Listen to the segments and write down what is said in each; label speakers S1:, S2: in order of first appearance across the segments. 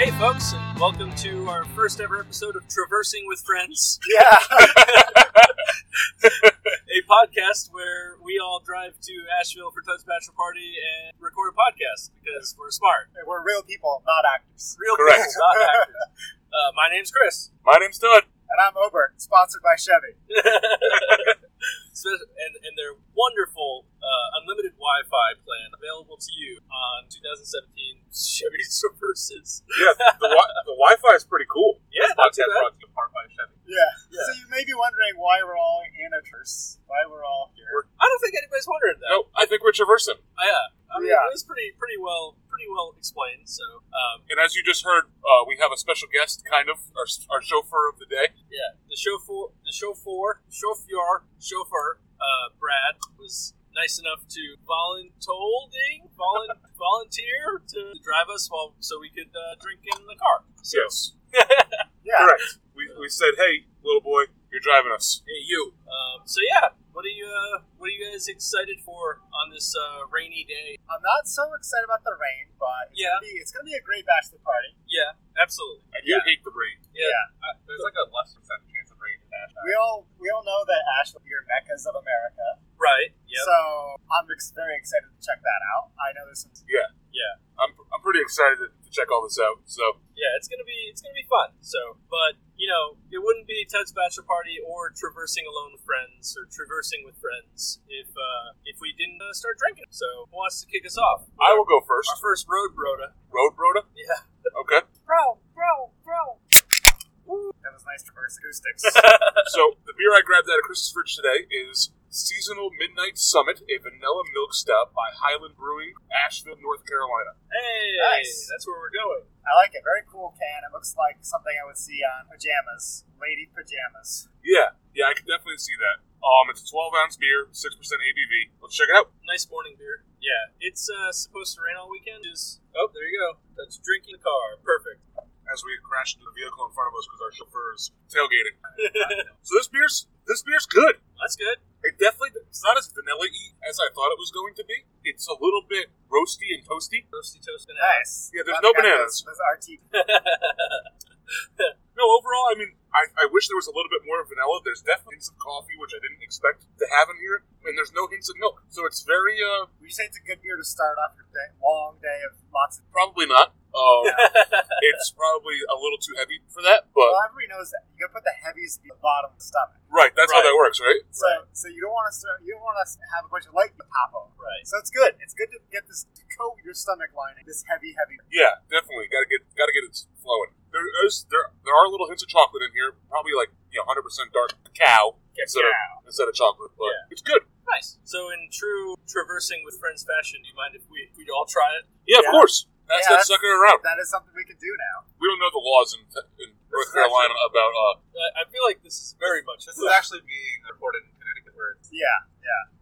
S1: Hey, folks, and welcome to our first ever episode of Traversing with Friends,
S2: Yeah.
S1: a podcast where we all drive to Asheville for Toad's Bachelor Party and record a podcast because we're smart.
S2: We're real people, not actors.
S1: Real
S3: Correct.
S1: people, not actors. Uh, my name's Chris.
S3: My name's Doug.
S2: And I'm Obert, sponsored by Chevy.
S1: So- and, and their wonderful uh, unlimited Wi Fi plan available to you on 2017 Chevy Traverses.
S3: Yeah, the, wi- the Wi-Fi is pretty cool.
S1: Yeah,
S3: This
S1: not too
S3: podcast
S1: bad.
S3: brought to you in part by Chevy.
S2: Yeah.
S1: Yeah.
S2: So you may be wondering why we're all in a verse, why we're all here.
S1: I don't think anybody's wondering that.
S3: No, I think we're traversing.
S1: Yeah, I mean,
S2: Yeah.
S1: it was pretty, pretty well, pretty well explained. So, um,
S3: And as you just heard, uh, we have a special guest, kind of our, our chauffeur of the day.
S1: Yeah, the chauffeur, the chauffeur, chauffeur, chauffeur, uh, Brad was nice enough to voluntolding, volun, volunteer to drive us while so we could uh, drink in the car. So,
S3: Yes,
S2: Yeah.
S3: correct. We, we said, hey, little boy, you're driving us.
S1: Hey, you. Um, so yeah, what are you? Uh, what are you guys excited for on this uh, rainy day?
S2: I'm not so excited about the rain, but it's
S1: Yeah.
S2: gonna be it's gonna be a great bachelor party.
S1: Yeah, absolutely.
S3: I
S1: Yeah.
S3: do hate the rain.
S1: Yeah.
S3: there's like a less percent chance of rain in Nashville.
S2: We all we all know that Ash will be your meccas of America.
S1: Right. Yep.
S2: So I'm ex- very excited to check that out. I know there's some
S3: I'm, I'm pretty excited to check all this out. So
S1: yeah, it's gonna be it's gonna be fun. So, but you know, it wouldn't be Ted's bachelor party or traversing alone with friends or traversing with friends if uh, if we didn't uh, start drinking. So, who wants to kick us off?
S3: I will go
S1: Our
S3: first.
S1: first road broda.
S3: Road Broda?
S1: Yeah.
S3: Okay.
S1: Bro, bro, bro.
S2: that was nice reverse acoustics.
S3: so the beer I grabbed out of Chris's fridge today is Seasonal Midnight Summit, a vanilla milk stout by Highland Brewing, Asheville, North Carolina.
S1: Hey,
S2: Nice.
S1: that's where we're going.
S2: I like it. Very cool can. It looks like something I would see on pajamas. Lady pajamas.
S3: Yeah, yeah, I can definitely see that. Um, it's a 12 ounce beer, 6% ABV. Let's check it out.
S1: Nice morning beer. Yeah, it's uh, supposed to rain all weekend. Just oh, there you go. That's drinking the car. Perfect.
S3: As we crash into the vehicle in front of us because our chauffeur is tailgating. so this beer's this beer's good.
S1: That's good.
S3: It definitely it's not as vanilla y as I thought it was going to be. It's a little bit roasty and toasty.
S1: Roasty toast banana.
S2: Nice.
S3: Yeah, there's
S2: Glad
S3: no
S2: we got
S3: bananas.
S2: Those, those RT
S3: No, overall, I mean, I, I wish there was a little bit more vanilla. There's definitely hints of coffee, which I didn't expect to have in here, and there's no hints of milk. So it's very, uh,
S2: Would you say it's a good beer to start off your day, long day of lots of?
S3: probably not. Um,
S1: yeah.
S3: it's probably a little too heavy for that, but
S2: Well, everybody knows that you gotta put the heaviest beer at the bottom of the stomach.
S3: right, that's
S1: Right.
S3: how that works, right?
S2: So, so you don't want to start. You don't want to have a bunch of light to pop over.
S1: Right.
S2: So it's good. It's good to get this to coat your stomach lining. This heavy, heavy.
S3: Yeah, definitely. Got to get, got to get it flowing. There is, there, there are little hints of chocolate in here. Probably like you know, hundred percent dark cacao instead of instead of chocolate, but
S1: Yeah.
S3: it's good.
S1: Nice. So, in true traversing with friends fashion, do you mind if we we all try it?
S3: Yeah,
S2: Yeah.
S3: of course. That's
S2: Yeah,
S3: that
S2: that's-
S3: sucking around.
S2: That is something we can do now.
S3: We don't know the laws in, in North Carolina about uh,
S1: I, I feel like this is very much.
S4: This is actually being reported in Connecticut, where it's
S2: Yeah.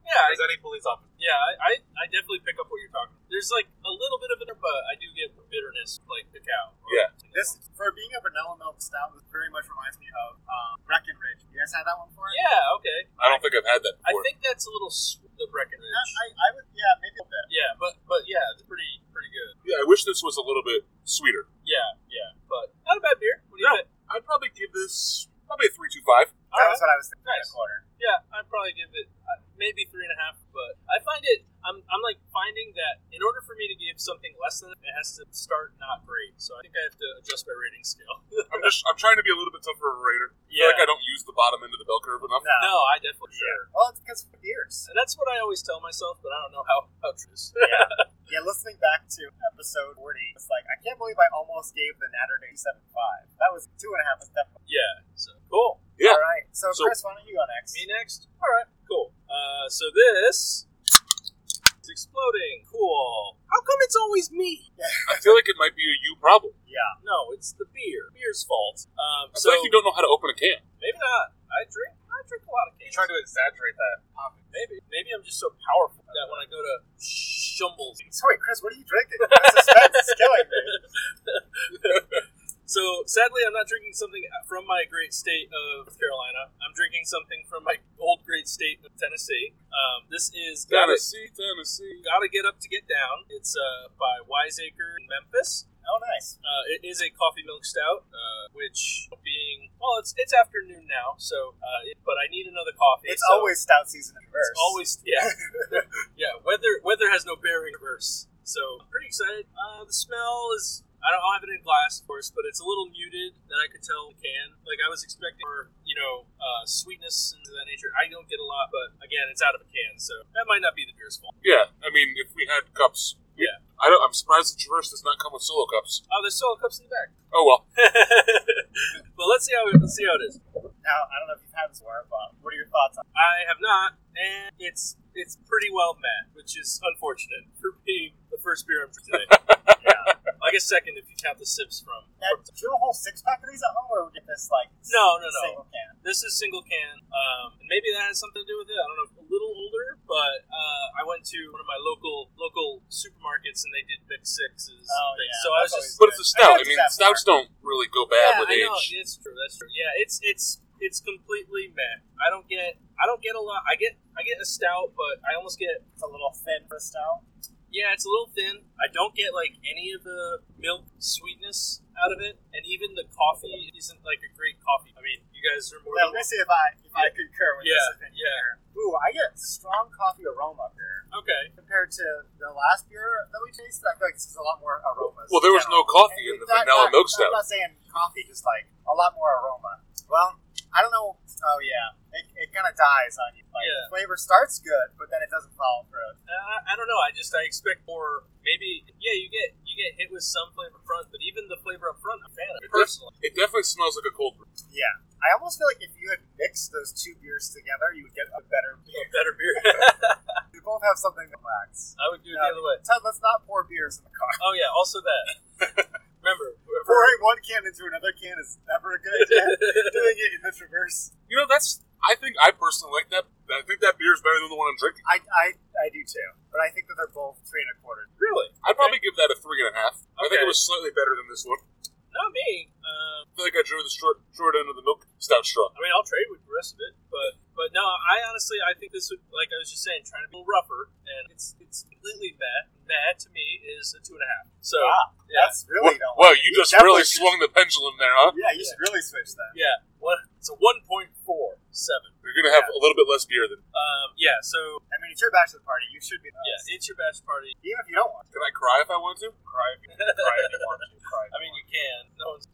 S1: yeah, I,
S4: as any police officer.
S1: yeah. I, I, I definitely pick up what you're talking. There's like a little bit of it, but I do get bitterness like the cow.
S3: Yeah.
S2: This for being a vanilla milk stout, this very much reminds me of um, Breckenridge. You guys had that one before?
S1: Yeah. Okay.
S3: I don't think I've had that
S1: I
S3: before.
S1: think that's a little s- the Breckenridge.
S2: I, Uh, I, I would. Yeah, maybe a bit.
S1: yeah, but but yeah, it's pretty pretty good.
S3: Yeah, I wish this was a little bit sweeter.
S1: Yeah, yeah. But not a bad beer. What do you
S3: No.
S1: think?
S3: I'd probably give this probably a three two five.
S1: All
S2: that
S1: right.
S2: was what I was thinking.
S1: Nice.
S2: A quarter.
S1: Yeah, I'd probably give it uh, maybe three and a half, but I find it. I'm, I'm like finding that in order for me to give something less than it, it has to start not great. So I think I have to adjust my rating scale.
S3: I'm just I'm trying to be a little bit tougher of a rater. I feel
S1: Yeah.
S3: like I don't use the bottom end of the bell curve enough.
S2: No.
S1: no, I definitely
S2: Sure. Well, it's because of the beers.
S1: And that's what I always tell myself, but I don't know how how true. is.
S2: yeah. yeah, listening back to episode 40, it's like, I can't believe I almost gave the Natter Day 75. That was two and a half, was definitely.
S1: yeah. So cool.
S3: Yeah.
S2: All right. So,
S3: So-
S2: Chris, why don't you go next?
S1: Me next. All right. Cool. Uh, so this it's exploding. Cool. How come it's always me?
S3: I feel like it might be a you problem.
S2: Yeah.
S1: No, it's the beer. Beer's fault. Um,
S3: I
S1: so
S3: feel like you don't know how to open a can.
S1: maybe not. I drink. I drink a lot of
S4: You
S1: cans.
S4: try to exaggerate that. topic.
S1: Maybe. Maybe I'm just so powerful that when I go to Shumbles.
S2: So, wait, Chris, what are you drinking? The suspense is killing me.
S1: so sadly, I'm not drinking something from my great state of North Carolina. I'm drinking something from my old great state of Tennessee. Um, this is gotta,
S3: Tennessee, Tennessee.
S1: gotta get up to get down. It's uh, by Wiseacre in Memphis.
S2: Oh, nice.
S1: Uh, it is a coffee milk stout, uh, which being well, it's it's afternoon now, so uh, it, but I need another coffee.
S2: It's
S1: so
S2: always stout season in reverse.
S1: it's always yeah yeah. Weather weather has no bearing on verse, so I'm pretty excited. Uh, the smell is. I don't I'll have it in glass, of course, but it's a little muted that I could tell in the can. Like I was expecting more, you know, uh, sweetness and that nature. I don't get a lot, but again, it's out of a can, so that might not be the beer's fault.
S3: Yeah, I mean, if we had cups, we-
S1: Yeah.
S3: I don't. I'm surprised the Traverse does not come with solo cups.
S1: Oh, there's solo cups in the back.
S3: Oh well.
S1: but let's see how it, let's see how it is.
S2: Now, I don't know if you've had this before, but what are your thoughts on
S1: I have not, and it's it's pretty well met, which is unfortunate for being the first beer I'm drinking today.
S2: it? Yeah.
S1: I guess second if you count the sips from.
S2: Now, do you have a whole six pack of these at home, or would you get this, like,
S1: No, no, no.
S2: single can?
S1: This is single can, um, and maybe that has something to do with it. I don't know. A little older, but uh, I went to one of my local local supermarkets and they did big sixes.
S2: Oh,
S1: and things.
S2: yeah,
S1: so I was
S2: that's
S1: just
S3: But it's a
S2: I
S3: stout. I,
S2: don't do
S3: mean,
S2: that
S3: stouts don't really go bad with
S1: I
S3: age.
S1: know. It's true. That's true. Yeah, it's it's it's completely meh. I don't get I don't get a lot. I get I get a stout, but I almost get
S2: It's a little thin for stout.
S1: Yeah, it's a little thin. I don't get like any of the milk sweetness out of it, and even the coffee isn't like a great coffee. I mean, you guys are more.
S2: Now, let me
S1: than-
S2: see if I, if I concur with
S1: Yeah,
S2: this opinion.
S1: yeah.
S2: Ooh, I get strong coffee aroma here.
S1: Okay.
S2: Compared to the last beer that we tasted, I feel like this is a lot more aromas.
S3: Well, there was no coffee in the vanilla
S2: I'm
S3: milk stout.
S2: not saying coffee, just like a lot more aroma. Well, I don't know. Oh yeah, it, it kind of dies on you. Like,
S1: Yeah.
S2: The flavor starts good, but then it doesn't follow through.
S1: Uh, I don't know. I just I expect more. Maybe yeah. You get you get hit with some flavor up front, but even the flavor up front, I'm a fan of
S3: It
S1: personally.
S3: It definitely smells like a cold brew.
S2: Yeah, I almost feel like if you had mixed those two beers together, you would get a better
S1: A
S2: beer.
S1: better beer.
S2: They both have something that lacks.
S1: I would do it
S2: Yeah.
S1: the other way.
S2: Ted, let's not pour beers in the car.
S1: Oh yeah. Also that. Remember.
S2: Pouring one can into another can is never a good idea. Doing it in the reverse,
S3: You know, that's. I think I personally like that. I think that beer is better than the one I'm drinking.
S2: I, I, I do too. But I think that they're both three and a quarter.
S1: really?
S3: I'd probably give that a three and a half. I think
S1: Okay.
S3: it was slightly better than this one.
S1: Not me. Um,
S3: I feel like I drew the short, short end of the milk stout straw.
S1: I mean, I'll trade with the rest of it, but but no, I honestly I think this would like I was just saying, trying to be a little rougher, and it's it's completely meh. Meh to me is a two and a half. So
S2: Ah,
S1: yeah,
S2: That's really
S3: Wha-
S2: don't.
S3: Wow,
S2: like it.
S3: you just
S2: definitely
S3: really
S2: should-
S3: swung the pendulum there, huh?
S2: Yeah, you should really switch that.
S1: yeah, what it's a one point four seven.
S3: You're gonna have a little bit less beer than.
S1: Um, yeah, so
S2: I mean, it's your bachelor party. You should be the host.
S1: yeah, it's your batch party.
S2: Even if you don't want to.
S3: Can I cry if I want to?
S4: Cry if you cry
S1: I
S4: if you want to. Cry. If
S1: mean, you can. No one's.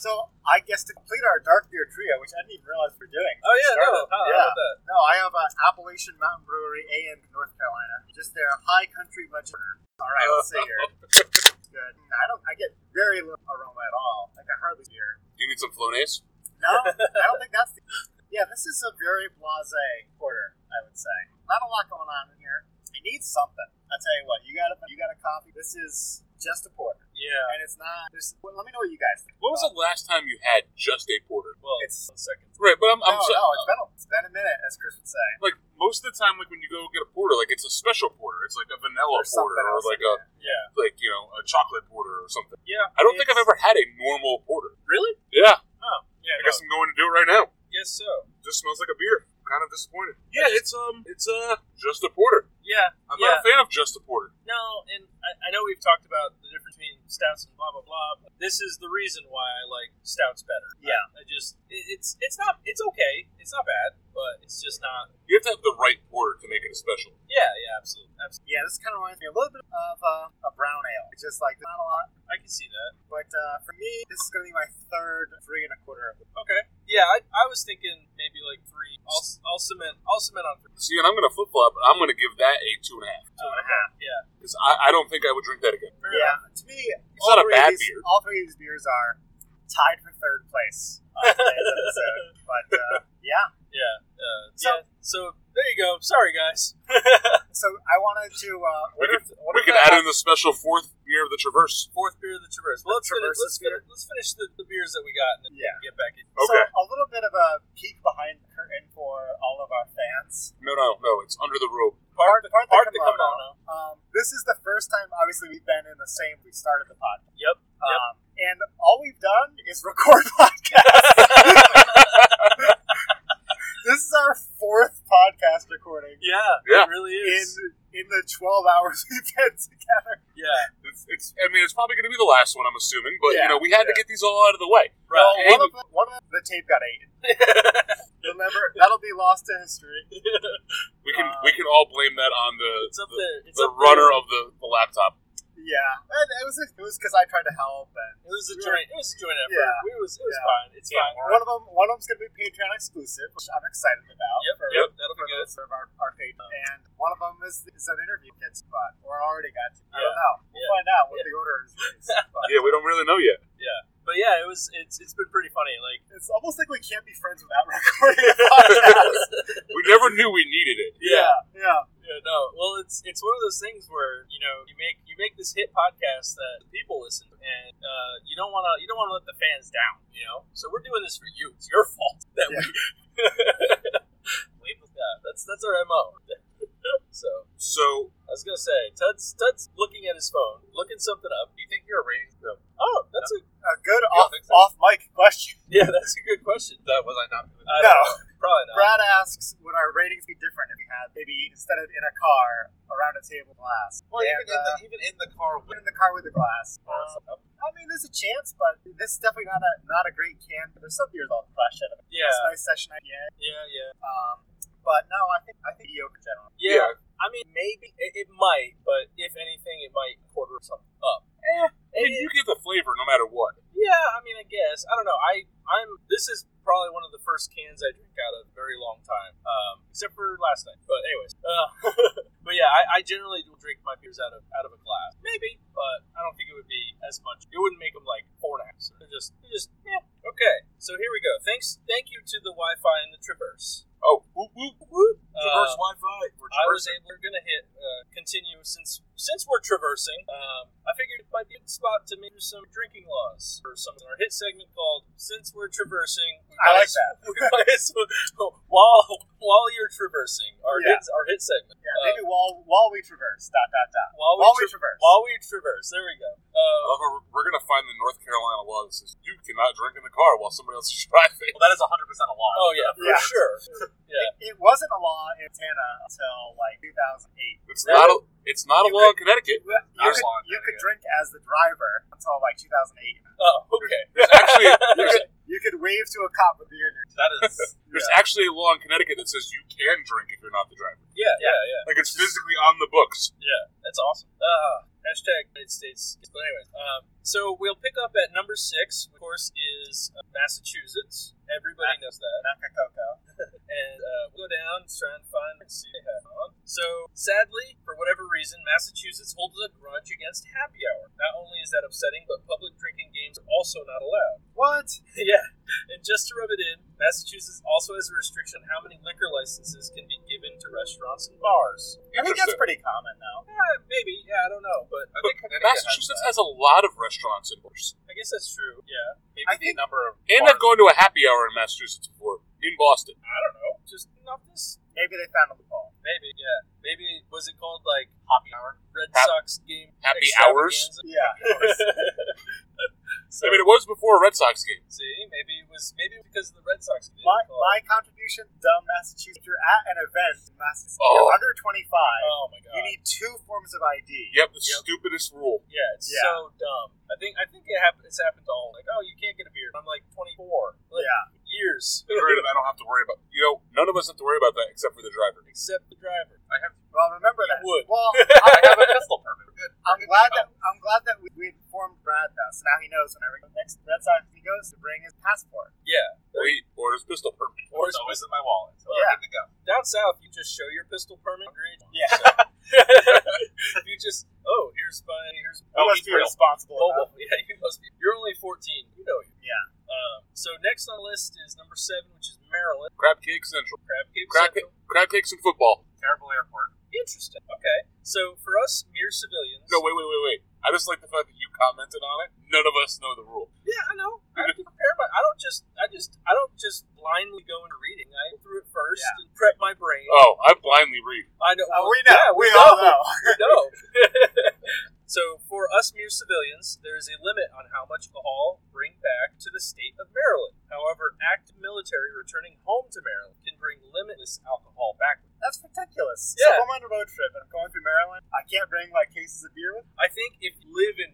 S2: So, I guess to complete our dark beer trio, which I didn't even realize we were doing.
S1: Oh yeah, no,
S2: Started.
S1: how, how
S2: yeah.
S1: about that?
S2: No, I have uh, Appalachian Mountain Brewery AM in North Carolina. Just their high country legend. All right, let's see here. Good. Mm, I don't. I get very little aroma at all. Like I hardly hear.
S3: You need some Flonase?
S2: No, I don't think that's. The, yeah, this is a very blasé porter. I would say not a lot going on in here. It needs something. I tell you what, you got a you got a coffee. This is just a porter,
S1: Yeah.
S2: and it's not. There's, well, let me know what you guys think.
S3: When was the last time you had just a porter?
S1: Well,
S2: It's-
S1: one second.
S3: Right, but I'm,
S2: No,
S3: I'm so-
S2: no, Oh, it's been a, it's been a minute, as Chris would say.
S3: like most of the time, like when you go get a porter, like it's a special porter. It's like a vanilla
S2: There's
S3: porter
S2: something else
S3: or like
S2: in
S3: a
S1: Yeah.
S3: like you know a chocolate porter or something.
S1: Yeah.
S3: I don't think I've
S1: it's-
S3: ever had a normal porter.
S1: really.
S3: Yeah,
S1: Oh yeah. I
S3: I guess I'm going to do it right now.
S1: guess so.
S3: Just smells like a beer. I'm kind of disappointed. Yeah, it's um, it's uh, just a porter.
S1: Yeah.
S3: I'm
S1: yeah.
S3: not a fan of just a porter.
S1: No, and I, I know we've talked about the difference between stouts and blah blah blah. But this is the reason why I like stouts better.
S2: Yeah.
S1: I, I just it, it's it's not it's okay. It's not bad, but it's just not.
S3: You have to have the right porter to make it a special.
S1: Yeah, yeah, absolutely, absolutely.
S2: Yeah, this kind of reminds me a little bit of uh, a brown ale. It's just like not a lot,
S1: I can see that.
S2: but uh, for me, this is gonna be my third three and a quarter of the
S1: Okay. Yeah, I, I was thinking maybe like three. I'll, I'll cement I'll cement on three.
S3: See, and I'm gonna flip flop. I'm gonna give that a two and a half
S2: two and a half.
S1: Yeah.
S3: because I, I don't think I would drink that again.
S1: Fair
S2: Uh-huh. Yeah, to me,
S3: It's not a
S2: three of
S3: bad
S2: these,
S3: beer.
S2: All three of these beers are tied for third place on today's episode. But uh,
S1: enough.
S2: yeah,
S1: Yeah. Uh,
S2: So-
S1: yeah. So there you go. Sorry guys.
S2: so I wanted to. Uh,
S3: We
S2: what
S3: could,
S2: if- what
S3: we
S2: if
S3: could
S2: I-
S3: add in the special fourth beer of the Traverse.
S1: Fourth beer of the Traverse. Well, let's finish,
S2: Traverse
S1: let's,
S2: beer?
S1: finish, let's finish the, the beers that we got and then
S2: Yeah. Oh,
S1: get back in.
S2: So
S3: Okay.
S2: a little bit of a peek behind the curtain for all of our fans.
S3: No, no, no. It's under the robe.
S1: Part,
S2: part the
S1: part the
S2: kimono.
S1: kimono.
S2: Um, this is the first time, obviously, we've been in the same. We started the podcast,
S1: Yep.
S2: um, and all we've done is record podcasts. this is our fourth podcast recording
S1: Yeah,
S3: Yeah.
S1: it really
S2: in
S1: is.
S2: in the twelve hours we've been together.
S1: yeah,
S3: It's, it's It's. I mean, it's probably going to be the last one. I'm assuming, but you
S2: Yeah,
S3: know, we had to get these all out of the way.
S2: Well,
S3: Right.
S2: one of, the, one of the tape got eaten. You'll never. That'll be lost to history.
S3: We can
S2: Uh,
S3: we can all blame that on the
S1: It's up
S3: the,
S1: there. It's
S3: the
S1: up there.
S3: runner of the, the laptop.
S2: Yeah, and it was it was because I tried to help, and
S1: It was a joint. It was a joint effort.
S2: Yeah.
S1: It was. It was
S2: Yeah.
S1: fine. It's
S4: Yeah,
S1: fine.
S4: all
S2: one of them one of them's gonna be Patreon exclusive, which I'm excited about.
S1: Yep.
S2: for,
S1: Yep. That'll
S2: for
S1: be
S2: the
S1: good.
S2: sort of our, our Patreon. and one of them is, is an interview gets spot, or already got to. I
S1: Yeah.
S2: don't know. We'll
S1: Yeah.
S2: find out what
S1: Yeah.
S2: the order is. but
S3: Yeah, we don't really know yet.
S1: But yeah, it was. It's. It's been pretty funny. Like.
S2: it's almost like we can't be friends without recording a podcast.
S3: We never knew we needed it.
S1: Yeah.
S2: yeah.
S1: Yeah. No. Well, it's. It's one of those things where you know you make you make this hit podcast that people listen, and uh, you don't want to you don't want to let the fans down. You know. So we're doing this for you. It's your fault that we. we- yeah, that's that's our mo. so
S3: So
S1: I was gonna say, Tud's Tud's looking at his phone, looking something up.
S4: Do you think you're rating them?
S1: Oh, that's a
S2: A good
S4: Yeah, I
S2: off
S4: think so.
S2: off mic question.
S1: yeah, that's a good question.
S4: That was I not doing
S1: I don't
S2: No.
S1: know. probably not.
S2: Brad asks, would our ratings be different if we had maybe instead of in a car around a table glass?
S4: Well,
S2: and,
S4: even, in the,
S2: uh,
S4: even in the car with
S2: in the car with a glass.
S4: or
S2: Um,
S4: something.
S2: I mean, there's a chance, but this is definitely not a not a great can. There's some beers I'll crush out of it.
S1: Yeah,
S2: It's a nice session IPA.
S1: yeah, yeah,
S2: Um, but no, I think I think mediocre general.
S1: yeah. I mean, maybe it, it might, but if anything, it might quarter something up. Eh,
S3: I mean,
S1: it-
S3: you get the flavor no matter what.
S1: yeah. I mean, I guess I don't know. I I'm this is probably one of the first cans I drink out of in a very long time, um, except for last night. But anyways, uh, but yeah, I, I generally will drink my beers out of out of a glass, maybe, but I don't think it would be as much. It wouldn't make them like four and a half. They're just they're just yeah. Okay, so here we go. Thanks, thank you to the Wi-Fi and the Traverse.
S3: Oh, whoop, whoop. Reverse
S1: Uh,
S3: Wi-Fi.
S1: I was able. We're gonna hit uh, continue since since we're traversing. Um, I figured it might be a good spot to maybe some drinking laws or something. Our hit segment called "Since We're Traversing." We
S2: I
S1: might
S2: like
S1: as-
S2: that.
S1: we might as well- while while you're traversing our
S2: Yeah.
S1: hit our hit segment.
S2: Yeah,
S1: Uh,
S2: maybe while while we traverse dot dot dot
S1: While we,
S2: while we
S1: tra-
S2: traverse.
S1: while we traverse. There we go. Uh,
S3: However, we're gonna find the North Carolina law that says you cannot drink in the car while somebody else is driving.
S4: Well, that is 100% a lot.
S1: oh yeah, for
S2: Yeah.
S1: sure. Yeah.
S2: It wasn't a law in Montana until like 2008.
S3: It's
S1: Yeah.
S3: not a it's not a
S2: You
S3: law in Connecticut.
S2: You
S4: Not
S2: could,
S4: a law in
S2: you could
S4: Connecticut.
S2: drink as the driver until like 2008.
S1: Oh okay.
S3: There's actually
S2: You
S3: there's,
S2: could, you could wave to a cop with beer in your
S4: That is.
S3: there's actually a law in Connecticut that says you can drink if you're not the driver.
S1: Yeah, yeah, yeah,
S3: Like it's physically on the books.
S1: yeah. That's awesome. Uh, hashtag United States. But anyways, um, so we'll pick up at number six. Of course, is uh, Massachusetts. Everybody knows that.
S2: Nakacoco.
S1: and uh, we'll go down, try and find and see what they have on. So, sadly, for whatever reason, Massachusetts holds a grudge against happy hour. Not only is that upsetting, but public drinking games are also not allowed.
S2: What?
S1: yeah, and just to rub it in, Massachusetts also has a restriction on how many liquor licenses can be given to restaurants and bars.
S2: I think that's
S3: Interesting.
S2: pretty common though.
S1: Eh, maybe, yeah, I don't know, but
S4: I think Connecticut
S3: Massachusetts
S4: has
S3: has a lot of restaurants and bars.
S1: I guess that's true. Yeah,
S4: maybe
S2: I
S4: the
S2: think-
S4: number of.
S3: And
S4: bars.
S3: I've gone to a happy hour in Massachusetts before in Boston.
S1: I don't know, just not this.
S2: Maybe they found a loophole.
S1: Maybe, yeah, maybe was it called like
S4: Happy hour.
S1: Red
S3: Hap-
S1: Sox game
S3: Happy hours?
S1: extravaganza?
S2: Yeah.
S1: So-
S3: I mean, it was before a Red Sox game.
S1: See, maybe it was maybe because of the Red Sox. They
S2: My,
S1: didn't call it.
S2: my contribution, dumb Massachusetts. You're at an event in Massachusetts.
S3: Oh.
S2: You're under 25.
S1: oh my god!
S2: you need two forms of ID.
S3: Yep, the
S1: Yep.
S3: stupidest rule.
S1: yeah, it's
S2: Yeah.
S1: so dumb. I think I think it happened. It's happened to all like, oh, you can't get a beer. I'm like 24. Like,
S2: Yeah.
S1: years
S3: Great, I don't have to worry about. You know, none of us have to worry about that except for the driver.
S1: except the driver.
S4: I have,
S2: Well, remember that.
S1: would.
S2: Well,
S4: I have a pistol permit. We're Good.
S2: I'm glad that I'm glad that we, we informed Brad though, so now he knows whenever the next Red Sox he goes to bring his passport.
S1: Oh, Yeah.
S3: Or he orders pistol permit.
S1: Or
S4: It's always in my wallet. So
S2: Yeah.
S4: yeah. Good to go.
S1: down south, you just show your pistol permit. Underage.
S2: Yeah.
S1: So- you just oh here's my here's
S2: He
S4: Oh, he's
S2: must be
S4: real.
S2: responsible.
S1: oh,
S2: enough.
S1: well, yeah you must be you're only 14 you know you.
S2: Yeah.
S1: Um, so next on the list is number seven, which is Maryland
S3: Crab cake central.
S1: Crab Cake
S3: Crab,
S1: Central.
S3: crab cakes and football.
S4: Terrible airport.
S1: Interesting. Okay. So for us mere civilians,
S3: No, wait, wait, wait, wait. I just like the fact that you commented on it. None of us know the rule.
S1: Yeah, I know. I have to prepare my. I don't just. I just. I don't just blindly go into reading. I go through it first
S2: Yeah.
S1: and prep my brain.
S3: Oh, I blindly read.
S1: I know.
S2: Oh,
S1: well,
S2: we know.
S1: yeah,
S2: we, all know.
S1: We know. so for us mere civilians, there is a limit on how much alcohol bring back to the state of Maryland. However, active military returning home to Maryland can bring limitless alcohol back.
S2: That's ridiculous.
S1: Yeah.
S2: So if I'm on a road trip and I'm going through Maryland, I can't bring like cases of beer with. me.
S1: I
S2: Oh,
S1: think if you live in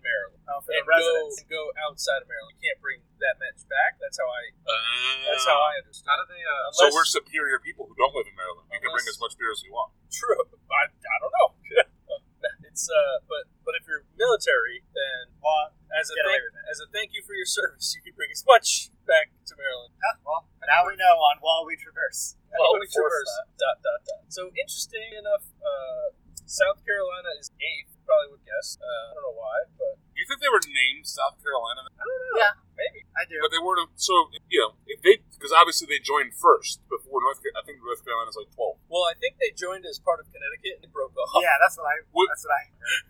S1: outside of Maryland. You can't bring that match back. That's how I. That's
S3: That's
S1: how I understand.
S4: Uh, How do they? Uh,
S3: Uh, So
S1: Unless-
S3: we're superior people who don't live in Maryland. We can bring
S1: Unless-
S3: as much beer as we want.
S1: True. I, I don't know. it's uh, but but if you're military, then
S2: Well,
S1: as a
S2: Get away
S1: thank, as a thank you for your service, you can bring as much back to Maryland.
S2: huh, well, now we know on While We Traverse.
S1: Well,
S4: Anybody force
S1: traverse. Dot dot dot. So interesting enough, uh, South Carolina is eighth. Probably would guess. Uh, I don't know why, but
S3: Do you think they were named South Carolina?
S1: maybe.
S2: I do.
S3: But they were so you know if they because obviously they joined first before North. Carolina. I think North Carolina's like twelve.
S1: Well, I think they joined as part of Connecticut and broke off.
S2: yeah, that's what I.
S3: What-
S2: That's what I.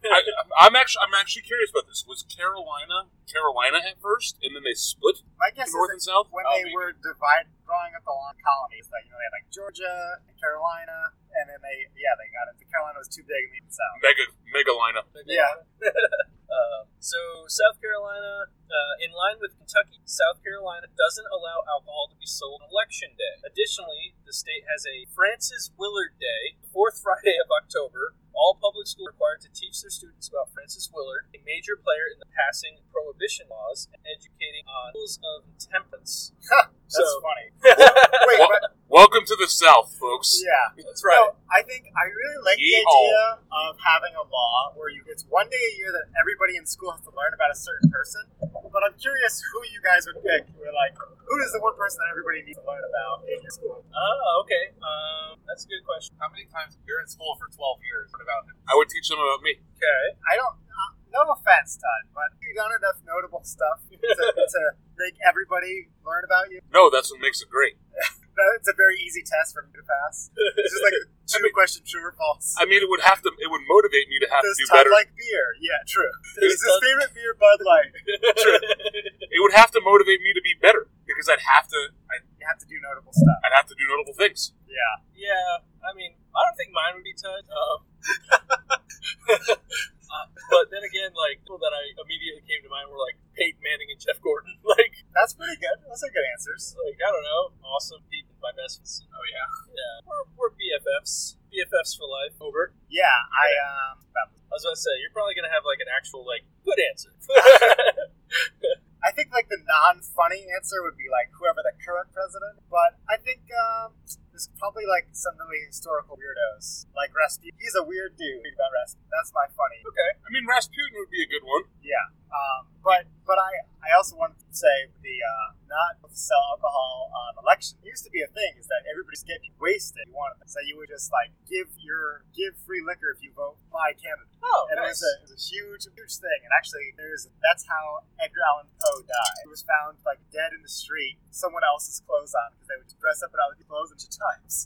S3: I, I'm actually I'm actually curious about this. Was Carolina Carolina at first, and then they split
S2: My guess is
S3: to North
S2: that
S3: and South?
S2: when
S3: Oh,
S2: they
S3: maybe.
S2: were divide drawing up the long colonies, like you know, they had like Georgia and Carolina, and then they yeah they got it. The Carolina was too big and they south.
S3: mega mega lineup.
S1: Maybe
S2: Yeah.
S1: not. um, so South Carolina, uh, in line with Kentucky, South Carolina doesn't allow alcohol to be sold on election day. Additionally, the state has a Francis Willard Day, the fourth Friday of October. All public schools are required to teach their students about Francis Willard, a major player in the passing of prohibition laws and educating on rules of temperance.
S2: That's
S1: so
S2: funny.
S1: that's
S2: Wait,
S3: Well-
S2: but,
S3: Welcome to the South, folks.
S2: yeah.
S1: right.
S2: No, I think I really like the
S3: Yeehaw.
S2: idea of having a law where you it's one day a year that everybody in school has to learn about a certain person. But I'm curious who you guys would pick. We're like, who is the one person that everybody needs to learn about in your school?
S1: Oh, okay. Um, that's a good question.
S4: how many times you're in school for 12 years? What about
S3: I would teach them about me.
S1: Okay.
S2: I don't. Uh, no offense, Todd, but you've done enough notable stuff to, to make everybody learn about you.
S3: No, that's what makes it great.
S2: That- It's a very easy test for me to pass. It's just like two
S3: mean-
S2: question true or false.
S3: I mean, it would have to. It would motivate me to have
S2: Does
S3: to do
S2: Todd
S3: better.
S2: like beer? Yeah, true.
S1: Does
S2: Is his
S1: Todd-
S2: favorite beer Bud Light?
S3: it would have to motivate me to be better because I'd have to. I'd,
S2: You have to do notable stuff.
S3: I'd have to do notable things.
S2: Yeah.
S1: Yeah, I mean, I don't think mine would be touched. Um, uh, but then again, like people that I immediately came to mind were like Peyton Manning and Jeff Gordon. like,
S2: That's pretty good. Those are good answers.
S1: it's like I don't know, awesome people, my best friends.
S4: Oh yeah.
S1: Yeah, we're, we're BFFs, BFFs for life. Over.
S2: Yeah, I um,
S1: I was about to say you're probably gonna have like an actual like good answer.
S2: I think like the non-funny answer would be like whoever the current president. But I think um, there's probably like some really historical weirdos, like Rasputin. He's a weird dude. Read about Rasputin. That's my funny.
S1: okay.
S3: I mean, Rasputin would be a good one.
S2: Yeah. Um, but but I I also wanted to say the uh, not to sell alcohol on election it used to be a thing. Is that everybody's getting wasted? You wanted so you would just like give your give free liquor if you vote by candidate.
S1: Oh,
S2: And it
S1: nice.
S2: was, a, it was a huge, huge thing. And actually, there's that's how Edgar Allan Poe died. He was found like dead in the street, someone else's clothes on, because they would dress up in other people's clothes and times.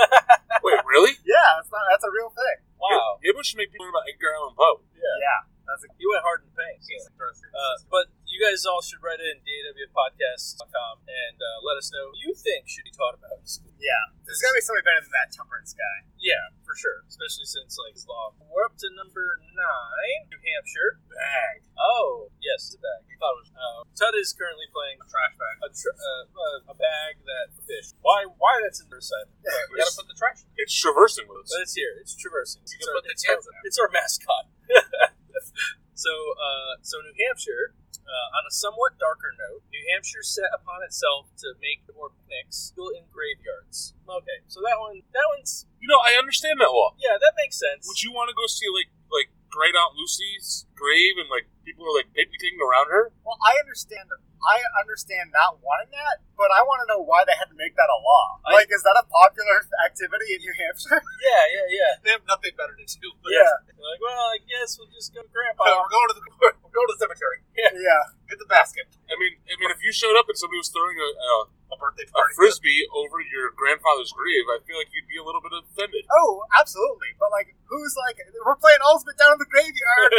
S3: Wait, really?
S2: yeah, that's not that's a real thing.
S1: wow.
S3: Maybe we should make people learn about Edgar Allan Poe.
S1: Yeah.
S2: Yeah, that's a,
S1: You went hard in pain. so. Uh, but you guys all should write in dawpodcast.com and uh, let us know what you think should be taught about in school.
S2: yeah. There's gotta be somebody better than that temperance guy.
S1: Yeah, for sure. Especially since like his law. We're up to number nine, New Hampshire. Bag. Oh, yes, it's a bag. You thought it was. Uh, Tud is currently playing a trash bag. A, tr- uh, uh, a bag that fish. Why? Why that's in their side?
S4: we gotta put the trash.
S3: It's traversing with us.
S1: But it's here. It's traversing. It's,
S4: can
S1: our,
S4: put the
S1: it's, our,
S4: cans in there.
S1: it's our mascot. so, uh, so New Hampshire, uh, on a somewhat darker note, New Hampshire set upon itself to make more picnics still in graveyards. Okay, so that one, that one's
S3: You know, I understand that law.
S1: yeah, that makes sense.
S3: Would you want to go see like like Great Aunt Lucy's grave and like people are like picnicking around her?
S2: Well, I understand. I understand not wanting that, but I want to know why they had to make that a law.
S1: I-
S2: like, is that a popular activity in New Hampshire?
S1: yeah, yeah, yeah.
S4: They have nothing better to do.
S2: Yeah.
S1: Like, well, I guess we'll just go
S4: Uh,
S1: grandpa.
S4: we're going to the we're going to the cemetery.
S2: yeah.
S4: Get the basket.
S3: I mean, I mean, if you showed up and somebody was throwing a, a,
S4: A birthday
S3: a
S4: party.
S3: frisbee over your grandfather's grave, I feel like you'd be a little bit offended.
S2: Oh, absolutely. But like, who's like, we're playing ultimate down in the graveyard.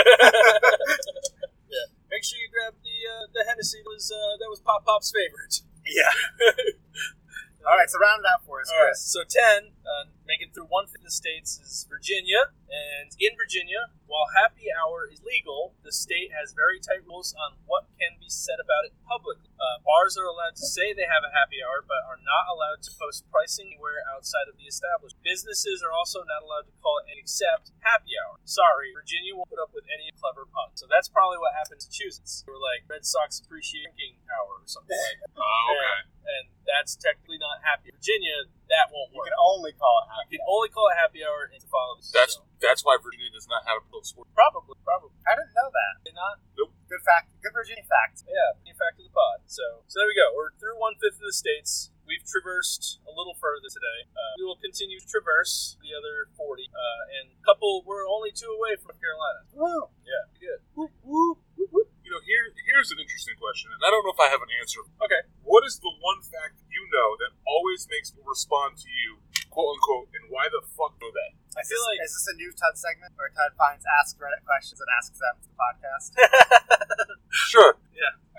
S1: yeah. Make sure you grab the uh, the Hennessy that was uh, that was Pop Pop's favorite.
S2: yeah. All right, so round it out for us,
S1: All right,
S2: Chris.
S1: so 10, uh, making it through one of the states is Virginia. And in Virginia, while happy hour is legal, the state has very tight rules on what can be said about it publicly. Uh, bars are allowed to say they have a happy hour, but are not allowed to post pricing anywhere outside of the establishment. Businesses are also not allowed to call it except happy hour. Sorry, Virginia won't put up with any clever pun. So that's probably what happened to Massachusetts. They were like Red Sox appreciate drinking power or something like that.
S3: Oh, okay.
S1: And that's technically not happy. Virginia, that won't
S2: You
S1: work.
S2: can only call it happy.
S1: You can only call it happy hour and follow the
S3: That's
S1: show.
S3: that's why Virginia does not have a pro sport.
S1: probably probably
S2: I didn't know that.
S1: They're not.
S2: Good fact. Good Virginia fact.
S1: Yeah, new fact of the pod. So, so there we go. We're through one fifth of the states. We've traversed a little further today. Uh, we will continue to traverse the other forty. Uh, and couple, we're only two away from Carolina.
S2: Woo.
S1: Yeah, good.
S2: Woo, woo, woo, woo.
S3: You know, here here's an interesting question, and I don't know if I have an answer.
S1: Okay.
S3: What is the one fact that you know that always makes people respond to you, quote unquote, and why the fuck know that?
S1: I
S2: Is
S1: feel
S2: this-
S1: like
S2: is this a new Tud segment where Tud finds Ask Reddit questions and asks them to the podcast?
S3: Sure.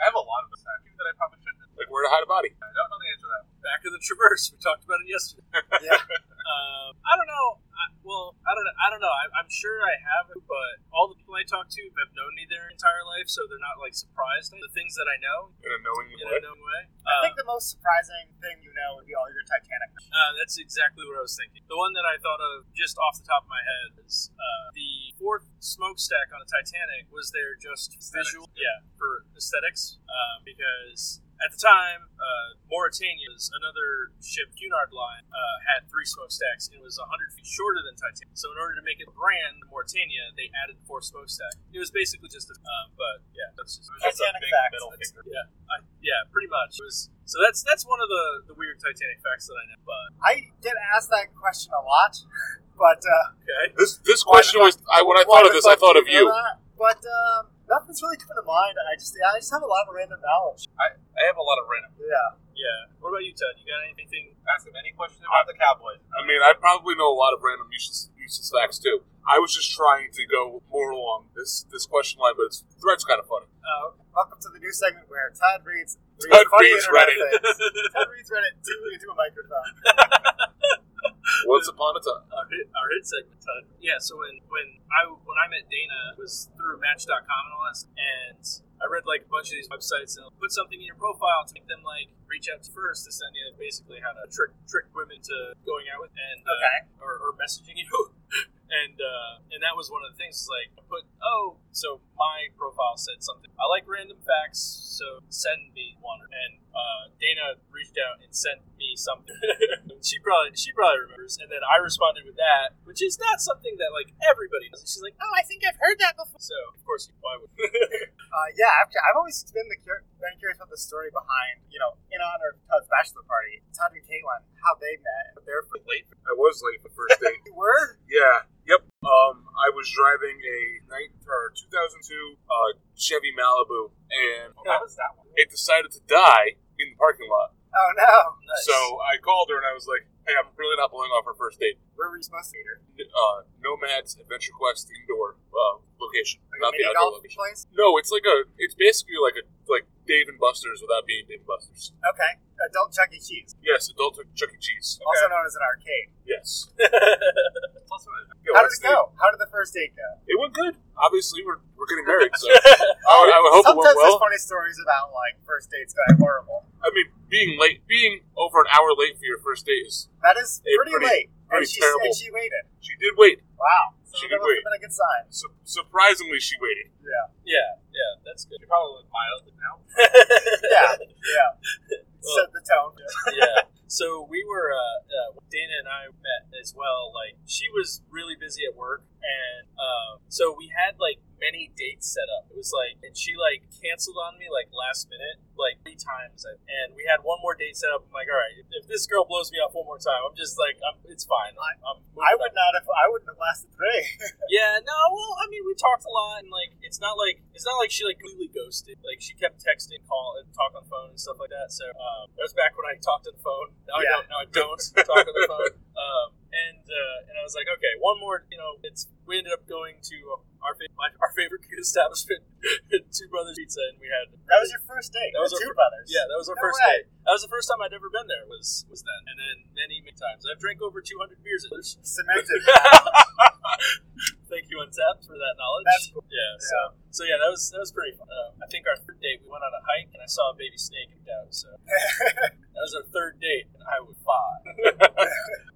S4: I have a lot of this time that I probably shouldn't. have.
S3: Like where to hide a body.
S4: I don't know the answer to that.
S1: back of the traverse. We talked about it yesterday.
S2: Yeah.
S1: Um, I don't know. I, well, I don't know. I don't know. I, I'm sure I have, it, but all the people I talk to have known me their entire life, so they're not like surprised at the things that I know
S3: In a knowing
S1: in
S3: way.
S1: a known way. Um,
S2: I think the most surprising thing you know would be all your Titanic.
S1: Uh, that's exactly what I was thinking. The one that I thought of just off the top of my head is uh, the fourth smokestack on the Titanic was there just visual, yeah, for aesthetics, uh, because at the time uh, Mauritania's another ship, Cunard Line, uh, had three smokestacks and it was 100 feet shorter than Titanic. So in order to make it brand Mauritania, they added the fourth smokestack. It was basically just a, um, but yeah, that's just
S2: That's a Titanic big fact. middle
S1: That's- Yeah, I, yeah, pretty much. It was, so that's that's one of the, the weird Titanic facts that I know. But
S2: I get asked that question a lot, but uh,
S1: okay,
S3: This this
S2: Why
S3: question
S2: the
S3: was I when I
S2: why
S3: thought of
S2: the
S3: this I
S2: fuck
S3: thought
S2: do
S3: of you.
S2: know that? But um, nothing's really coming to mind. I just I just have a lot of random knowledge.
S4: I have a lot of random.
S2: Yeah.
S1: yeah. What about you, Ted? You got anything?
S4: Ask him any question about the Cowboys.
S3: I mean, I probably know a lot of random useless, useless facts too. I was just trying to go more along this this question line, but it's thread's kind of funny.
S1: Uh,
S2: Welcome to the new segment where Todd reads. reads
S3: Ted
S2: funny
S3: reads
S2: internet
S3: Reddit.
S2: things. Ted reads Reddit to, into a microphone.
S3: Once upon a time,
S1: Uh, our hit, our hit segment, Ted. Yeah. So when when I when I met Dana it was through Match.com and all this, and I read like a bunch of these websites and put something in your profile to make them like reach out to first. This and the other, basically how to trick trick women to going out with and uh,
S2: Okay.
S1: or, or messaging you. And, uh, and that was one of the things. is Like, I put oh, so my profile said something. I like random facts, so send me one. And uh, Dana reached out and sent me something. she probably she probably remembers. And then I responded with that, which is not something that like everybody knows. She's like, oh, I think I've heard that before. So of course, you- why would?
S2: Uh, yeah, actually, I've always been the cur- been curious about the story behind, you know, in honor of Todd's bachelor party, Todd and Caitlin, how they met, what their first
S4: Late.
S3: I was late for the first date.
S2: you were.
S3: Yeah. Yep. Um, I was driving a night or 2002 uh, Chevy Malibu, and
S4: What was that one?
S3: it decided to die in the parking lot.
S2: Oh no,
S1: Nice.
S3: So I called her and I was like, "Hey, I'm really not pulling off our first date.
S2: where were you supposed to meet her?
S3: N- Uh, Nomads Adventure Quest indoor uh, location,
S2: Like a
S3: not the
S2: mini
S3: outdoor
S2: golf
S3: location.
S2: place?
S3: No, it's like a. It's basically like a like Dave and Buster's without being Dave and Buster's.
S2: Okay, adult Chuck E. Cheese,
S3: Yes, adult Chuck E. Cheese.
S2: also known as an arcade.
S3: Yes.
S4: Plus one.
S3: Yeah,
S2: how did
S3: what's
S2: it
S3: the-
S2: go? How did the first date go?
S3: It went good. Obviously, we're, we're getting married, so I, would, I would hope
S2: Sometimes
S3: it went Oh, well.
S2: there's funny stories about like first dates going horrible.
S3: I mean, being late, being over an hour late for your first date is.
S2: That is
S3: Hey,
S2: pretty,
S3: pretty-
S2: late, and,
S3: pretty
S2: she,
S3: terrible.
S2: and she waited.
S3: She did wait.
S2: Wow, so
S3: She
S2: that
S3: did
S2: must
S3: wait.
S2: have been a good sign.
S3: Su- surprisingly, she waited.
S2: Yeah,
S1: yeah, yeah, that's good.
S4: You're probably mildly now.
S2: yeah, yeah. Set the tone.
S1: yeah. So we were uh, uh, Dana and I met as well. Like she was really busy at work, and um, so we had like many dates set up. It was like, and she like canceled on me like last minute, like three times, I- and we had one more date set up. I'm like, all right, if, if this girl blows me off one more time, I'm just like, I'm, it's fine. I'm, I'm moving
S2: I
S1: on.
S2: would not have. I wouldn't have lasted three.
S1: Yeah, no, well, I mean, we talked a lot, and like, it's not like it's not like she like completely ghosted. Like, she kept texting, call, and talk on the phone and stuff like that. So um, that was back when I talked on the phone. Now
S2: Yeah.
S1: I don't. Now I don't talk on the phone. Um, and uh, and I was like, okay, one more. You know, it's we ended up going to our fa- my, our favorite kid establishment, Two Brothers Pizza, and we had
S2: That was your first date.
S1: That was
S2: the
S1: our
S2: two brothers.
S1: yeah, that was our
S2: No
S1: first
S2: way.
S1: date. That was the first time I'd ever been there. Was was that? And then many many times. I've drank over two hundred beers at this.
S2: cemented.
S1: Thank you, Untapped, for that knowledge.
S2: That's
S1: Yeah. So, so yeah, that was that was pretty fun. Uh, I think our third date, we went on a hike, and I saw a baby snake and out. So that was our third date, and I was five.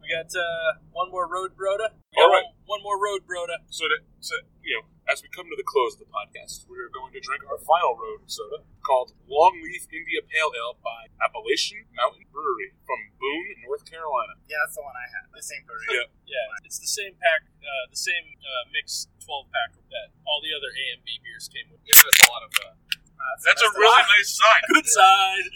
S1: we got uh, one more road broda. We got
S3: All right.
S1: one, one more road broda.
S3: So, to, so you know, As we come to the close of the podcast, we are going to drink our final road soda called Longleaf India Pale Ale by Appalachian Mountain Brewery from Boone, North Carolina.
S2: Yeah, that's the one I had. The same brewery.
S3: Yeah.
S1: Yeah, it's the same pack, uh, the same uh, mixed 12 pack that all the other AMB beers came with.
S4: Gives us a lot of. Uh,
S2: Uh, so
S3: That's a
S2: the
S3: really
S2: one.
S3: nice sign.
S1: Good side.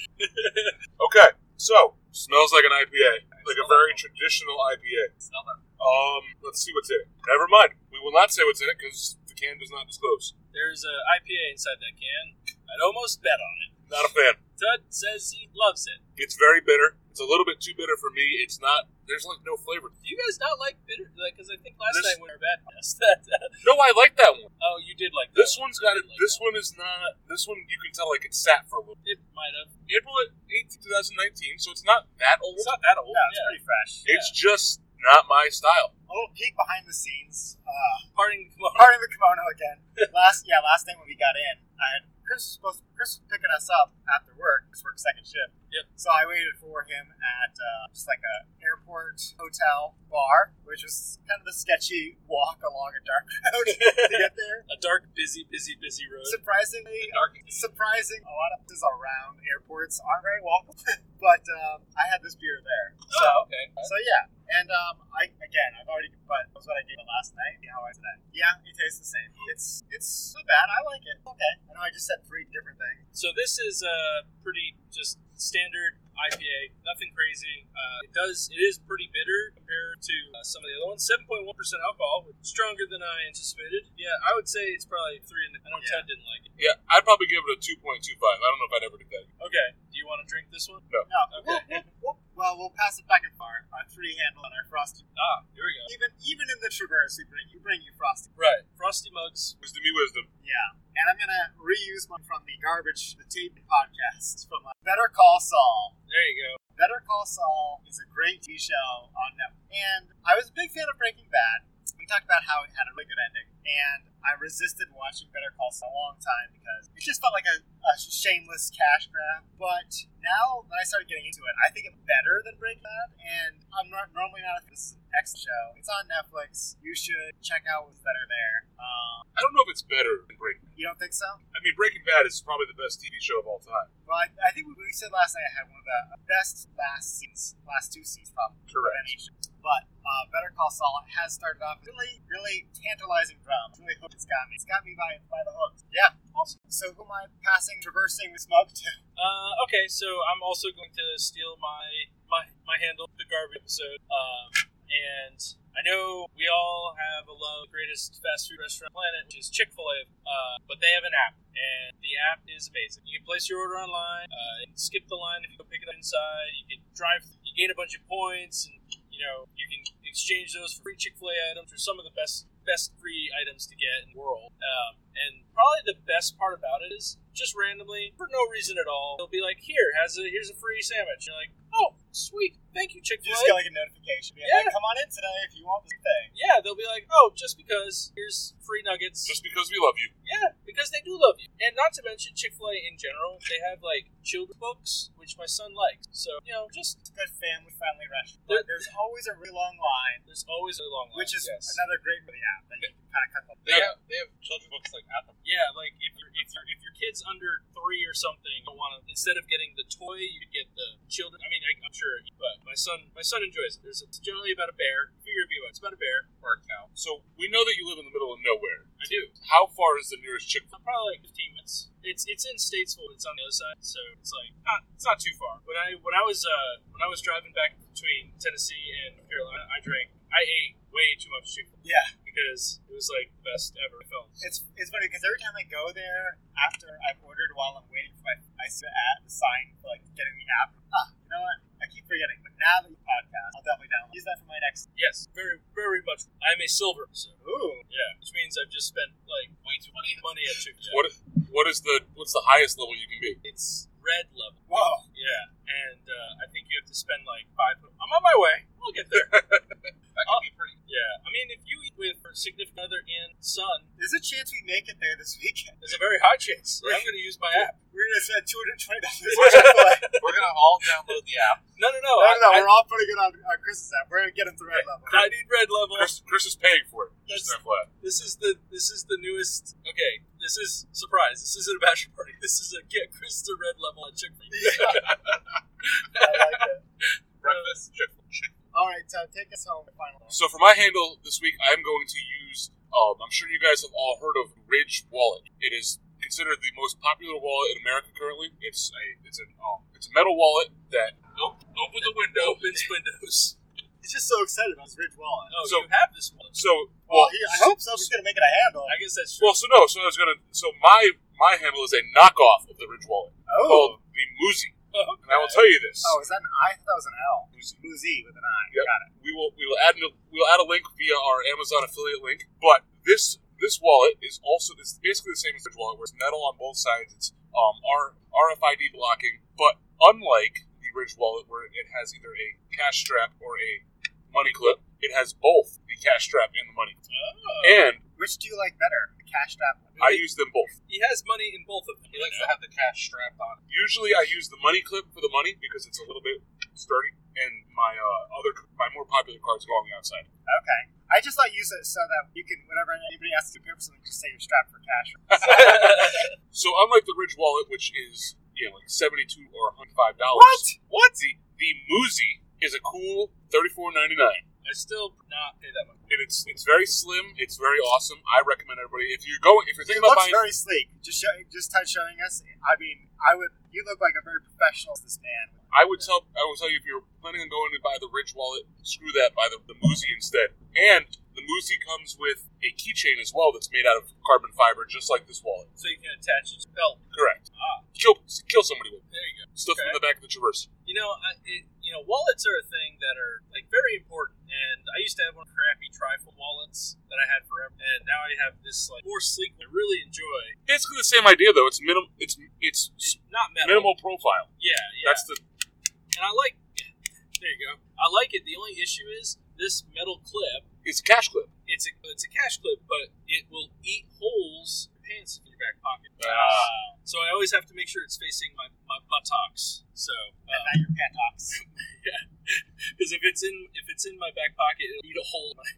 S3: Okay, so smells like an IPA, like a very traditional IPA.
S4: smell that.
S3: Um, let's see what's in it. Never mind, we will not say what's in it because the can does not disclose.
S1: There's a IPA inside that can. I'd almost bet on it.
S3: Not a fan.
S1: Tud says he loves it.
S3: It's very bitter. It's a little bit too bitter for me. It's not. There's like no flavor.
S1: Do you guys not like bitter? Because I think last
S3: This-
S1: night we were bad test that.
S3: No, I like that one.
S1: oh, you did like that
S3: This
S1: one.
S3: one's got
S1: You
S3: it.
S1: did like
S3: This
S1: that
S3: one is not. This one you can tell like it sat for a little.
S1: It might have.
S3: April 8th, 2019, so it's not that old.
S1: It's not that old.
S2: Yeah, it's
S1: Yeah.
S2: pretty fresh.
S3: It's just not my style.
S2: A little peek behind the scenes. Uh,
S1: Parting tomorrow.
S2: Part of the kimono again. Last yeah, last time when we got in, I had Chris was supposed Chris was picking us up after work. Chris worked second shift.
S1: Yep.
S2: So I waited for him at uh, just like a airport hotel bar, which was kind of a sketchy walk along a dark road to get there.
S1: A dark, busy, busy, busy road.
S2: Surprisingly,
S4: Dark.
S2: surprising, a lot of places around airports aren't very walkable. but um, I had this beer there,
S1: Oh,
S2: so
S1: okay.
S2: so yeah, and um, I again, I've already, but that was what I gave it last night. You know, I said, yeah, it tastes the same. It's it's not bad. I like it. Okay, I know I just said three different things.
S1: So this is a pretty just standard IPA, nothing crazy. Uh, it does it is pretty bitter compared to uh, some of the other ones. Seven point one percent alcohol, stronger than I anticipated. Yeah, I would say it's probably three. And I know
S2: Yeah.
S1: Ted didn't like it.
S3: Yeah, I'd probably give it a 2.25. I don't know if I'd ever do that.
S1: Okay, do you want to drink this one?
S2: No,
S1: Okay.
S2: we'll, we'll, we'll, well, we'll pass it back and forth. Our three handle and our frosty.
S1: Ah, here we go.
S2: Even even in the traverse, we bring you bring you frosty.
S1: Right, frosty mugs.
S3: Wisdom, me wisdom.
S2: Yeah, and I'm gonna reuse one from the garbage the tape podcast from uh, Better Call Saul.
S1: There you go.
S2: Better Call Saul is a great TV show on Netflix. And I was a big fan of Breaking Bad. We talked about how it had a really good ending. And I resisted watching Better Call Saul a long time because it just felt like a, a shameless cash grab. But now that I started getting into it, I think it's better than Breaking Bad. And I'm not normally not a this is an X show. It's on Netflix. You should check out what's better there. Um,
S3: I don't know if it's better than Breaking.
S2: you don't think so?
S3: I mean, Breaking Bad is probably the best TV show of all time.
S2: Well, I, I think we we said last night I had one of the best last seasons, last two seasons probably. of any show. But uh, Better Call Saul has started off really, really tantalizing drama. Really hooked. It's got me. It's got me by by the hook. Yeah. Awesome. So who am I passing, traversing the smoke to?
S1: Uh, okay, so I'm also going to steal my my my handle the garbage episode. Um, and I know we all have a love for the greatest fast food restaurant on the planet, which is Chick Fil A. Uh, but they have an app, and the app is amazing. You can place your order online, uh, and skip the line if you go pick it up inside. You can drive. You gain a bunch of points, and you know you can exchange those for free Chick Fil A items or some of the best best free items to get in the world. Um, and probably the best part about it is just randomly for no reason at all they'll be like here has a here's a free sandwich. You're like oh sweet thank you Chick
S2: You
S1: Fil
S2: just
S1: A
S2: get like a notification. being like,
S1: Yeah.
S2: come on in today if you want this thing.
S1: yeah, they'll be like, oh, just because here's free nuggets.
S3: Just because we love you.
S1: yeah, because they do love you. And not to mention Chick fil A in general, they have like children's books, which my son likes. So, you know, just
S2: It's a good family-friendly restaurant. But there's always a really long line,
S1: there's always a long line.
S2: which is
S1: Uh, yes.
S2: another great for the app that you can kind of cut the.
S4: They have they have children's books like at the
S1: Yeah, like if you're if you're if your kid's under three or something, you want to instead of getting the toy, you get the children. I mean, I, I'm sure, but my son my son enjoys it. There's it's generally about a bear. Figure it be what, it's about a bear or a cow.
S3: So we know that you live in the middle of nowhere.
S1: I do.
S3: How far is the nearest Chick
S1: Uh, probably like 15 minutes. It's it's in Statesville. It's on the other side, so it's like not it's not too far. When I when I was uh, when I was driving back between Tennessee and Carolina, I drank I ate way too much chicken
S2: Yeah.
S1: because it was like the best ever. I felt.
S2: It's, it's funny because every time I go there after I've ordered while I'm waiting for my I see the ad the sign for like getting the app. Ah, you know what? I keep forgetting, but now that you podcast, I'll definitely download. Use that for my next.
S1: Yes, very very much. I'm a silver, so
S2: Ooh.
S1: yeah, which means I've just spent like way too much money at chicken.
S3: What what is the what's the highest level you can be?
S1: It's red level.
S2: Whoa.
S1: Yeah, and uh, I think you have to spend like five. I'm on my way. We'll get there.
S4: that could be pretty.
S1: yeah, I mean, if you eat with your significant other and son,
S2: There's a chance we make it there this weekend.
S1: There's a very high chance.
S2: Right.
S1: I'm going to use my app.
S2: We're gonna spend two hundred twenty dollars. no,
S4: We're gonna all download the app.
S1: No, no, no.
S2: no, no.
S1: I,
S2: We're all putting it on, on Chris's app. We're gonna get him to red level.
S1: I, I need red level.
S3: Chris, Chris is paying for it. Just
S1: That's,
S3: that flat.
S1: this is the this is the newest. Okay, this is surprise. This isn't a bachelor party. This is a get Chris to red level at Chick Fil A.
S2: I like it.
S4: Breakfast, Chick Fil
S2: All right, Todd, take us home. Final.
S3: So for my handle this week, I'm going to use. Um, I'm sure you guys have all heard of Ridge Wallet. It is considered the most popular wallet in America currently. It's a it's an um, it's a metal wallet that op- open the window.
S1: Opens windows.
S2: He's just so excited about his Ridge Wallet.
S1: Oh,
S3: So-
S1: you have this one.
S3: So
S2: Well,
S3: well,
S2: he, I hope so. He's gonna make it a handle.
S1: I guess that's true.
S3: well, so no, so I was gonna. So my my handle is a knockoff of the Ridge Wallet
S2: Oh,
S3: called the Muzi,
S1: Okay.
S3: and I will tell you this.
S2: oh, is that an I? I thought that was an L.
S3: Muzi.
S2: Boozy with an I.
S3: Yep.
S2: Got it.
S3: we will we will add an, we'll add a link via our Amazon affiliate link. But this this wallet is also it's basically the same as the wallet, where it's metal on both sides. It's um, R, RFID blocking, but unlike the Ridge wallet, where it has either a cash strap or a money clip, it has both the cash strap and the money. clip. And
S2: Which do you like better, the cash strap one?
S3: I use them both.
S1: He has money in both of them.
S4: A. He likes to have the cash strapped on.
S3: Usually, I use the money clip for the money because it's a little bit sturdy, and my uh, other my more popular cards go on the outside.
S2: Okay. I just like use it so that you can, whenever anybody asks you to pay for something, just say you're strapped for cash.
S3: So unlike the Ridge Wallet, which is you know like seventy two or hundred five dollars,
S2: What?
S3: The the Muzi is a cool thirty four ninety nine,
S1: I still not pay that much.
S3: and it's it's very slim. It's very awesome. I recommend everybody if you're going if you're
S2: It
S3: thinking about
S2: looks
S3: buying.
S2: very sleek. Just show, just Todd showing us. I mean, I would. You look like a very professional. This man.
S3: I would tell I would tell you if you're planning on going to buy the Ridge Wallet, screw that. Buy the the Muzi instead. And the Muzi comes with a keychain as well that's made out of carbon fiber, just like this wallet.
S1: So you can attach it to the belt.
S3: Correct.
S1: Ah.
S3: Kill kill somebody with it.
S1: There you go.
S3: stuff
S1: Okay.
S3: from the back of the Traverse.
S1: You know, I, it, you know, wallets are a thing that are like very important. And I used to have one crappy trifle wallets that I had forever, and now I have this like more sleek. one I really enjoy.
S3: Basically the same idea though. It's minim. It's it's
S1: It's not metal.
S3: minimal profile.
S1: Yeah, yeah.
S3: That's the
S1: and I like. There you go. I like it. The only issue is this metal clip.
S3: it's a cash clip.
S1: It's a it's a cash clip, but it will eat holes in your pants in your back pocket.
S3: Ah.
S1: So I always have to make sure it's facing my, my buttocks. So
S2: And not your pantox.
S1: because if it's in if it's in my back pocket, it'll eat a hole in my,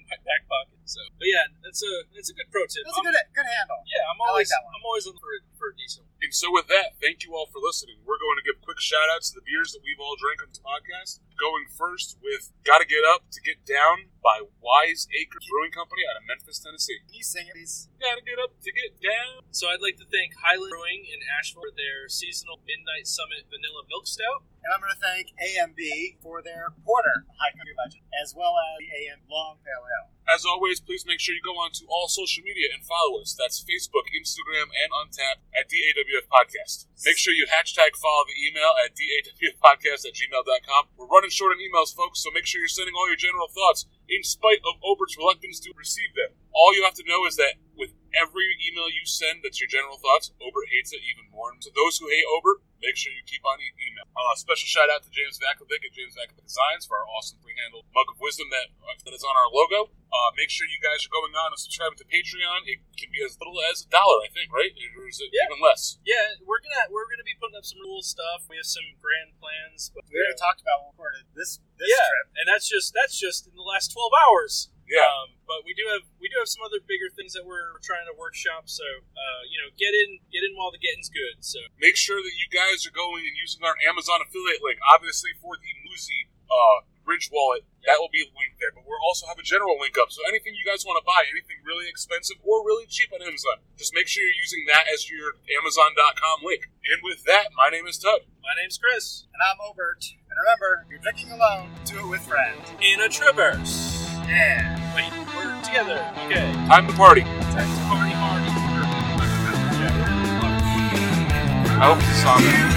S1: in my back pocket. So, but yeah, that's a that's a good pro tip.
S2: That's a
S1: I'm-
S2: good good handle.
S1: yeah, I'm
S2: I like
S1: always
S2: that one.
S1: I'm always looking for a, for a decent. one.
S3: And so with that, thank you all for listening. We're going to give quick shout outs to the beers that we've all drank on this podcast. Going first with Gotta Get Up to Get Down by Wise Acre Brewing Company out of Memphis, Tennessee.
S2: Can you sing it, please?
S3: Gotta get up to get down.
S1: So I'd like to thank Highland Brewing in Asheville for their seasonal Midnight Summit Vanilla Milk Stout.
S2: And I'm going to thank AMB for their porter, High Country Legend, as well as the AM Long Pale Ale.
S3: As always, please make sure you go on to all social media and follow us. That's Facebook, Instagram, and Untap at DAWF Podcast. Make sure you hashtag follow the email at DAWFpodcast at gmail.com. We're running short on emails, folks, so make sure you're sending all your general thoughts in spite of Obert's reluctance to receive them. All you have to know is that with every email you send that's your general thoughts, Obert hates it even more. And to those who hate Obert, make sure you keep on e- email. Uh, special shout out to James Vakovic at James Vakovic Designs for our awesome three handled mug of wisdom that, that is on our logo. Uh, make sure you guys are going on and subscribing to Patreon. It can be as little as a dollar, I think, right? Or is it
S1: Yeah.
S3: even less?
S1: Yeah, we're gonna we're gonna be putting up some cool stuff. We have some grand plans, but
S2: We already talked about when we recorded this, this
S1: Yeah.
S2: trip.
S1: and that's just that's just in the last twelve hours.
S3: Yeah.
S1: Um, but we do have we do have some other bigger things that we're trying to workshop. So uh, you know, get in get in while the getting's good. So
S3: make sure that you guys are going and using our Amazon affiliate link, obviously for the Muzi uh, Ridge Wallet. That will be linked there. But we'll also have a general link up. So anything you guys want to buy, anything really expensive or really cheap on Amazon, just make sure you're using that as your Amazon.com link. And with that, my name is Tug.
S1: my name's Chris.
S2: And I'm Obert. And remember, if you're drinking alone, do it with friends.
S1: in a traverse.
S2: Yeah.
S1: Wait, we're together. Okay.
S3: Time to party.
S1: Time to party, party.
S3: I hope you saw that.